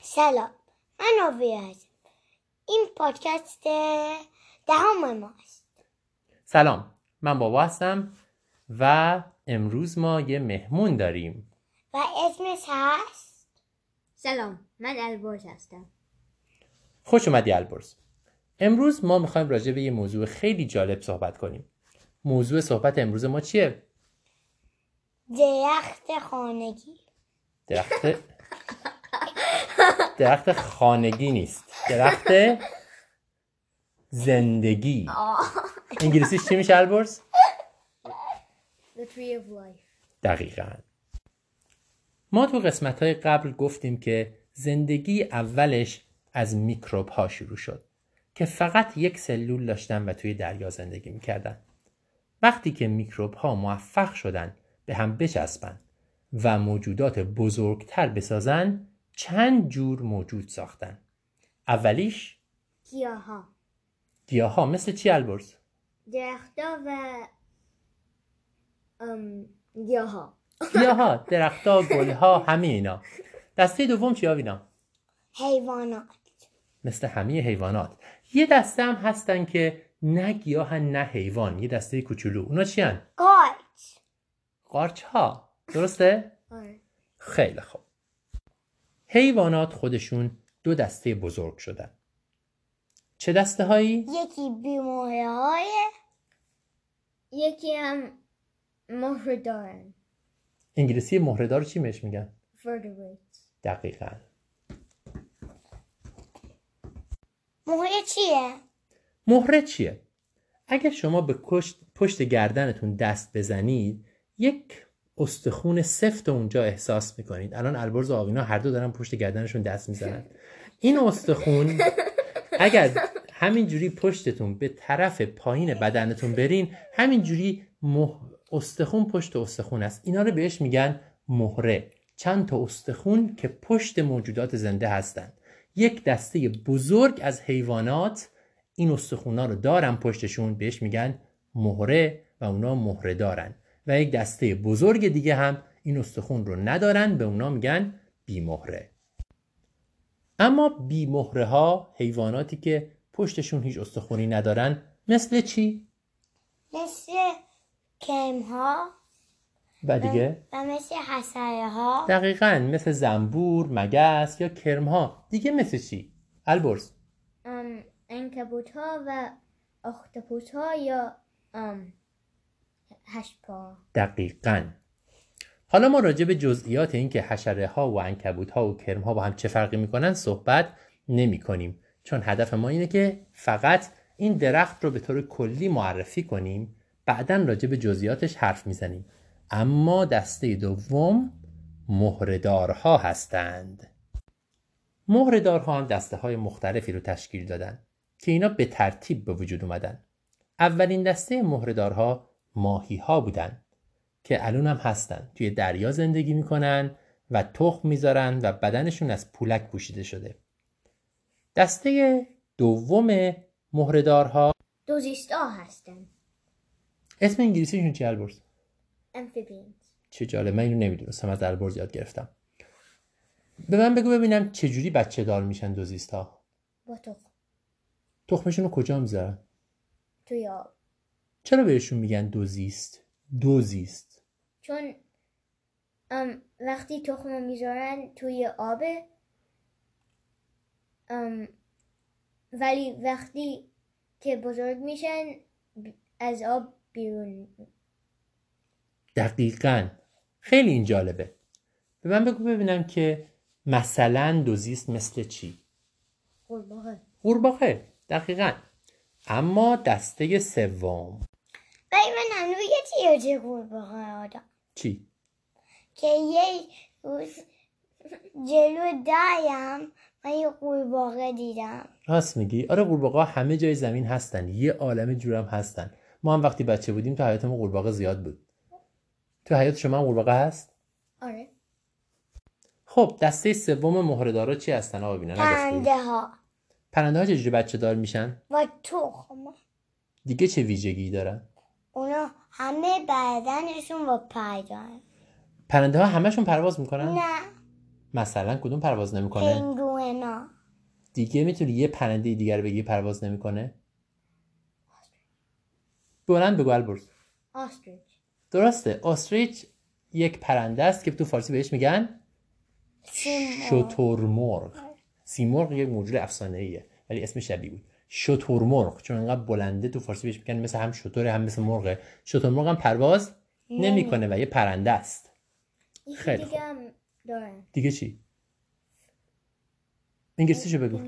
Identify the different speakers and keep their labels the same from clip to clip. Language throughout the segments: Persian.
Speaker 1: سلام من آوی هستم این پادکست دهم ماست
Speaker 2: سلام من بابا هستم و امروز ما یه مهمون داریم
Speaker 1: و اسمش هست
Speaker 3: سلام من البرز هستم
Speaker 2: خوش اومدی البرز امروز ما میخوایم راجع به یه موضوع خیلی جالب صحبت کنیم موضوع صحبت امروز ما چیه؟
Speaker 1: درخت خانگی
Speaker 2: درخت درخت خانگی نیست درخت زندگی انگلیسیش چی میشه البرز؟
Speaker 3: The Tree of Life
Speaker 2: دقیقا ما تو قسمت های قبل گفتیم که زندگی اولش از میکروب ها شروع شد که فقط یک سلول داشتن و توی دریا زندگی میکردن وقتی که میکروب ها موفق شدن به هم بچسبن و موجودات بزرگتر بسازن چند جور موجود ساختن اولیش
Speaker 3: گیاها
Speaker 2: گیاه ها مثل چی البرز؟
Speaker 3: درختا و ام... گیاها
Speaker 2: گیاه ها درختها گلها همه اینا دسته دوم چی آوینا؟
Speaker 1: حیوانات
Speaker 2: مثل همه حیوانات یه دسته هم هستن که نه گیاهن نه حیوان یه دسته کوچولو اونا چی هن؟
Speaker 1: گارد
Speaker 2: قارچ ها درسته؟
Speaker 3: آره.
Speaker 2: خیلی خوب حیوانات خودشون دو دسته بزرگ شدن چه دسته هایی؟
Speaker 1: یکی بیماره های
Speaker 3: یکی هم مهر دارن
Speaker 2: انگلیسی مهرهدار چی بهش میگن؟
Speaker 3: vertebrates
Speaker 2: دقیقا
Speaker 1: مهره چیه
Speaker 2: مهره چیه؟ اگر شما به کشت، پشت گردنتون دست بزنید یک استخون سفت رو اونجا احساس میکنید الان البرز و آوینا هر دو دارن پشت گردنشون دست میزنن این استخون اگر همینجوری پشتتون به طرف پایین بدنتون برین همینجوری مه... استخون پشت استخون است اینا رو بهش میگن مهره چند تا استخون که پشت موجودات زنده هستند یک دسته بزرگ از حیوانات این استخونا رو دارن پشتشون بهش میگن مهره و اونا مهره دارن و یک دسته بزرگ دیگه هم این استخون رو ندارن به اونا میگن بیمهره اما بیمهره ها حیواناتی که پشتشون هیچ استخونی ندارن مثل چی؟
Speaker 1: مثل کم ها
Speaker 2: و دیگه؟
Speaker 1: و مثل حسره ها
Speaker 2: دقیقا مثل زنبور، مگس یا کرم ها دیگه مثل چی؟ البرز
Speaker 3: ام... انکبوت ها و اختپوت ها یا ام... هشت پا
Speaker 2: دقیقا حالا ما راجع به جزئیات این که حشره ها و انکبوت ها و کرم ها با هم چه فرقی میکنن صحبت نمی کنیم چون هدف ما اینه که فقط این درخت رو به طور کلی معرفی کنیم بعدا راجع به جزئیاتش حرف میزنیم اما دسته دوم مهرهدارها هستند مهرهدارها هم دسته های مختلفی رو تشکیل دادن که اینا به ترتیب به وجود اومدن اولین دسته مهرهدارها ماهی ها بودن که الان هم هستن توی دریا زندگی میکنن و تخم میذارن و بدنشون از پولک پوشیده شده دسته دوم مهرهدارها
Speaker 3: دوزیستا هستن
Speaker 2: اسم انگلیسیشون چی البرز
Speaker 3: amphibians
Speaker 2: چه جالب من اینو نمیدونستم از البرز یاد گرفتم به من بگو ببینم چه جوری بچه دار میشن دوزیست ها
Speaker 3: با تخم
Speaker 2: تخمشون رو کجا میذارن
Speaker 3: توی آب
Speaker 2: چرا بهشون میگن دوزیست دوزیست
Speaker 3: چون ام، وقتی تخم رو میذارن توی آبه ام، ولی وقتی که بزرگ میشن ب- از آب بیرون
Speaker 2: دقیقا خیلی این جالبه به من بگو ببینم که مثلا دوزیست مثل چی
Speaker 3: قورباغه
Speaker 2: قورباغه دقیقا اما دسته سوم
Speaker 1: ولی من هنوز یه تیاجه گربه آدم
Speaker 2: چی
Speaker 1: که یه روز جلو درم من یه قورباغه دیدم
Speaker 2: راست میگی آره قورباغه همه جای زمین هستن یه عالم جورم هستن ما هم وقتی بچه بودیم تو حیاتمون قورباغه زیاد بود تو حیات شما هم قورباغه هست
Speaker 3: آره
Speaker 2: خب دسته سوم مهرهدارا چی هستن آقا بینا
Speaker 1: پرنده ها
Speaker 2: پرنده ها چجوری بچه دار میشن
Speaker 1: و تخم
Speaker 2: دیگه چه ویژگی دارن
Speaker 1: اونا همه بدنشون با پای دارن
Speaker 2: پرنده ها همشون پرواز میکنن
Speaker 1: نه
Speaker 2: مثلا کدوم پرواز نمیکنه
Speaker 1: پینگوئنا
Speaker 2: دیگه میتونی یه پرنده دیگر رو بگی پرواز نمیکنه بلند بگو البرز
Speaker 3: آستریچ
Speaker 2: درسته آستریچ یک پرنده است که تو فارسی بهش میگن شترمرغ سیمرغ یک موجود افسانه ایه ولی اسمش شبیه بود شترمرغ چون انقدر بلنده تو فارسی بهش میگن مثل هم شتر هم مثل مرغه شترمرغ هم پرواز نمیکنه و یه پرنده است
Speaker 3: یکی
Speaker 2: خیلی خوب.
Speaker 3: دیگه هم دارن
Speaker 2: دیگه چی انگلیسیشو بگو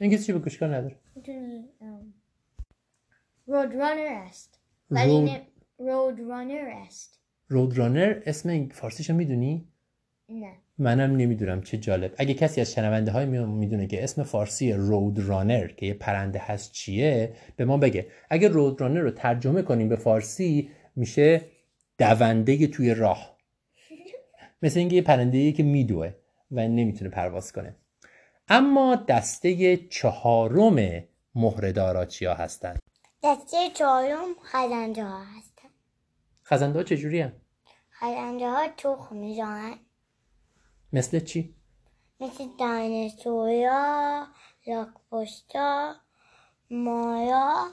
Speaker 2: انگلیسیشو بگو اشکال نداره
Speaker 3: میتونی رود رانر است ولی
Speaker 2: رود-
Speaker 3: نه رود رانر است
Speaker 2: رود رانر اسم فارسیشو میدونی
Speaker 3: نه
Speaker 2: منم نمیدونم چه جالب اگه کسی از شنونده های میدونه که اسم فارسی رود رانر که یه پرنده هست چیه به ما بگه اگه رود رانر رو ترجمه کنیم به فارسی میشه دونده توی راه مثل اینکه یه پرنده که میدوه و نمیتونه پرواز کنه اما دسته چهارم مهره چیا هستن
Speaker 1: دسته چهارم خزنده ها هستن
Speaker 2: خزنده ها چجوری هن؟
Speaker 1: خزنده ها تخم میزنن
Speaker 2: مثل چی؟
Speaker 1: مثل دانشویا لاکپشتا مارا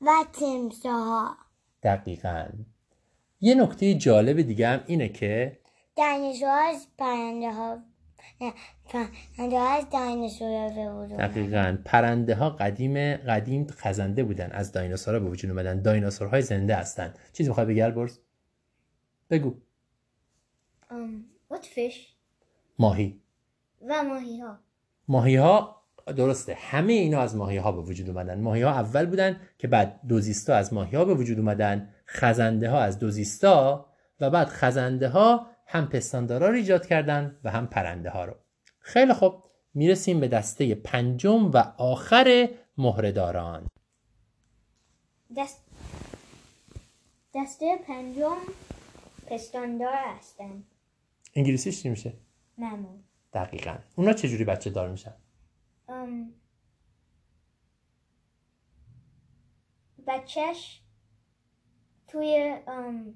Speaker 1: و تمسه ها
Speaker 2: دقیقا یه نکته جالب دیگه هم اینه که
Speaker 1: دانشوها از پرنده ها نه پرنده ها از دانشویا به وجود
Speaker 2: دقیقا پرنده ها قدیم قدیم خزنده بودن از دایناسورها به وجود اومدن دایناسورهای زنده هستن چیزی میخوای بگی البرز بگو
Speaker 3: ام what fish
Speaker 2: ماهی
Speaker 3: و ماهی ها
Speaker 2: ماهی ها درسته همه اینا از ماهی ها به وجود اومدن ماهی ها اول بودن که بعد دوزیستا از ماهی ها به وجود اومدن خزنده ها از دوزیستا و بعد خزنده ها هم پستاندارا رو ایجاد کردن و هم پرنده ها رو خیلی خب میرسیم به دسته پنجم و آخر مهرهداران
Speaker 3: دست دسته پنجم پستاندار هستند
Speaker 2: انگلیسیش چی میشه
Speaker 3: معمول
Speaker 2: دقیقا اونا چجوری بچه دار میشن
Speaker 3: ام بچهش توی ام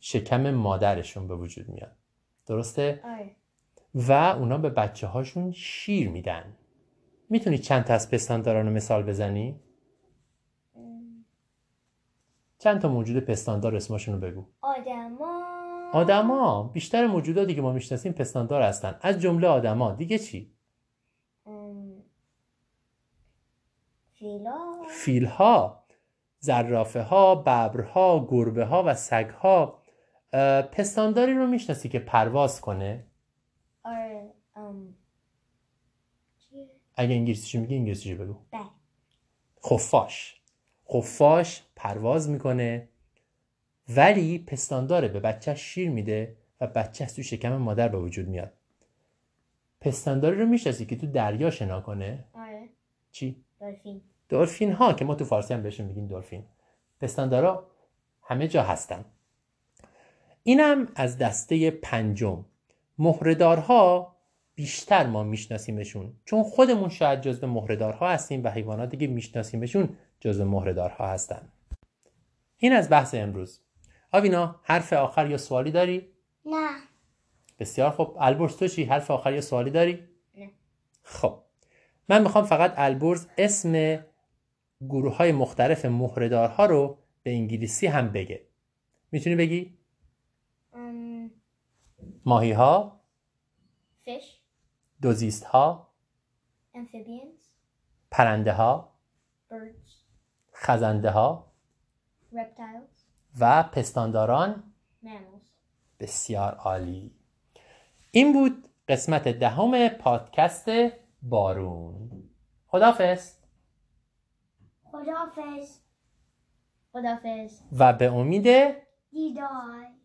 Speaker 2: شکم مادرشون به وجود میاد درسته
Speaker 3: آره
Speaker 2: و اونا به بچه هاشون شیر میدن میتونی چند تا از پستانداران رو مثال بزنی چند تا موجود پستاندار اسمشون رو بگو
Speaker 3: آدما
Speaker 2: آدما بیشتر موجوداتی که ما میشناسیم پستاندار هستن از جمله آدما دیگه چی
Speaker 3: ام، فیلا
Speaker 2: فیلها زرافه ها ببرها گربه ها و سگ ها پستانداری رو میشناسی که پرواز کنه
Speaker 3: آره ام چیه؟
Speaker 2: اگه انگلیسیشو میگی انگلیسیشو بگو
Speaker 3: بله.
Speaker 2: خفاش خفاش پرواز میکنه ولی پستانداره به بچه شیر میده و بچه از تو شکم مادر به وجود میاد پستانداری رو میشناسی که تو دریا شنا کنه
Speaker 3: آره
Speaker 2: چی
Speaker 3: دلفین
Speaker 2: دلفین ها که ما تو فارسی هم بهشون میگیم دلفین پستاندارا همه جا هستن اینم از دسته پنجم مهرهدارها بیشتر ما میشناسیمشون چون خودمون شاید جزو مهرهدارها هستیم و حیواناتی که میشناسیمشون جزو مهرهدارها هستن این از بحث امروز آوینا حرف آخر یا سوالی داری
Speaker 1: نه
Speaker 2: بسیار خب البرز تو چی حرف آخر یا سوالی داری
Speaker 3: نه.
Speaker 2: خب من میخوام فقط البرز اسم گروه های مختلف مهرهدارها رو به انگلیسی هم بگه میتونی بگی
Speaker 3: ام
Speaker 2: ماهی ها
Speaker 3: فیش
Speaker 2: دوزیست ها
Speaker 3: amphibians
Speaker 2: پرنده ها
Speaker 3: birds
Speaker 2: خزنده ها
Speaker 3: reptiles
Speaker 2: و پستانداران
Speaker 3: mammals
Speaker 2: بسیار عالی این بود قسمت دهم پادکست بارون خدافز
Speaker 1: خدافز
Speaker 3: خدافظ
Speaker 2: و به امید
Speaker 1: دیدار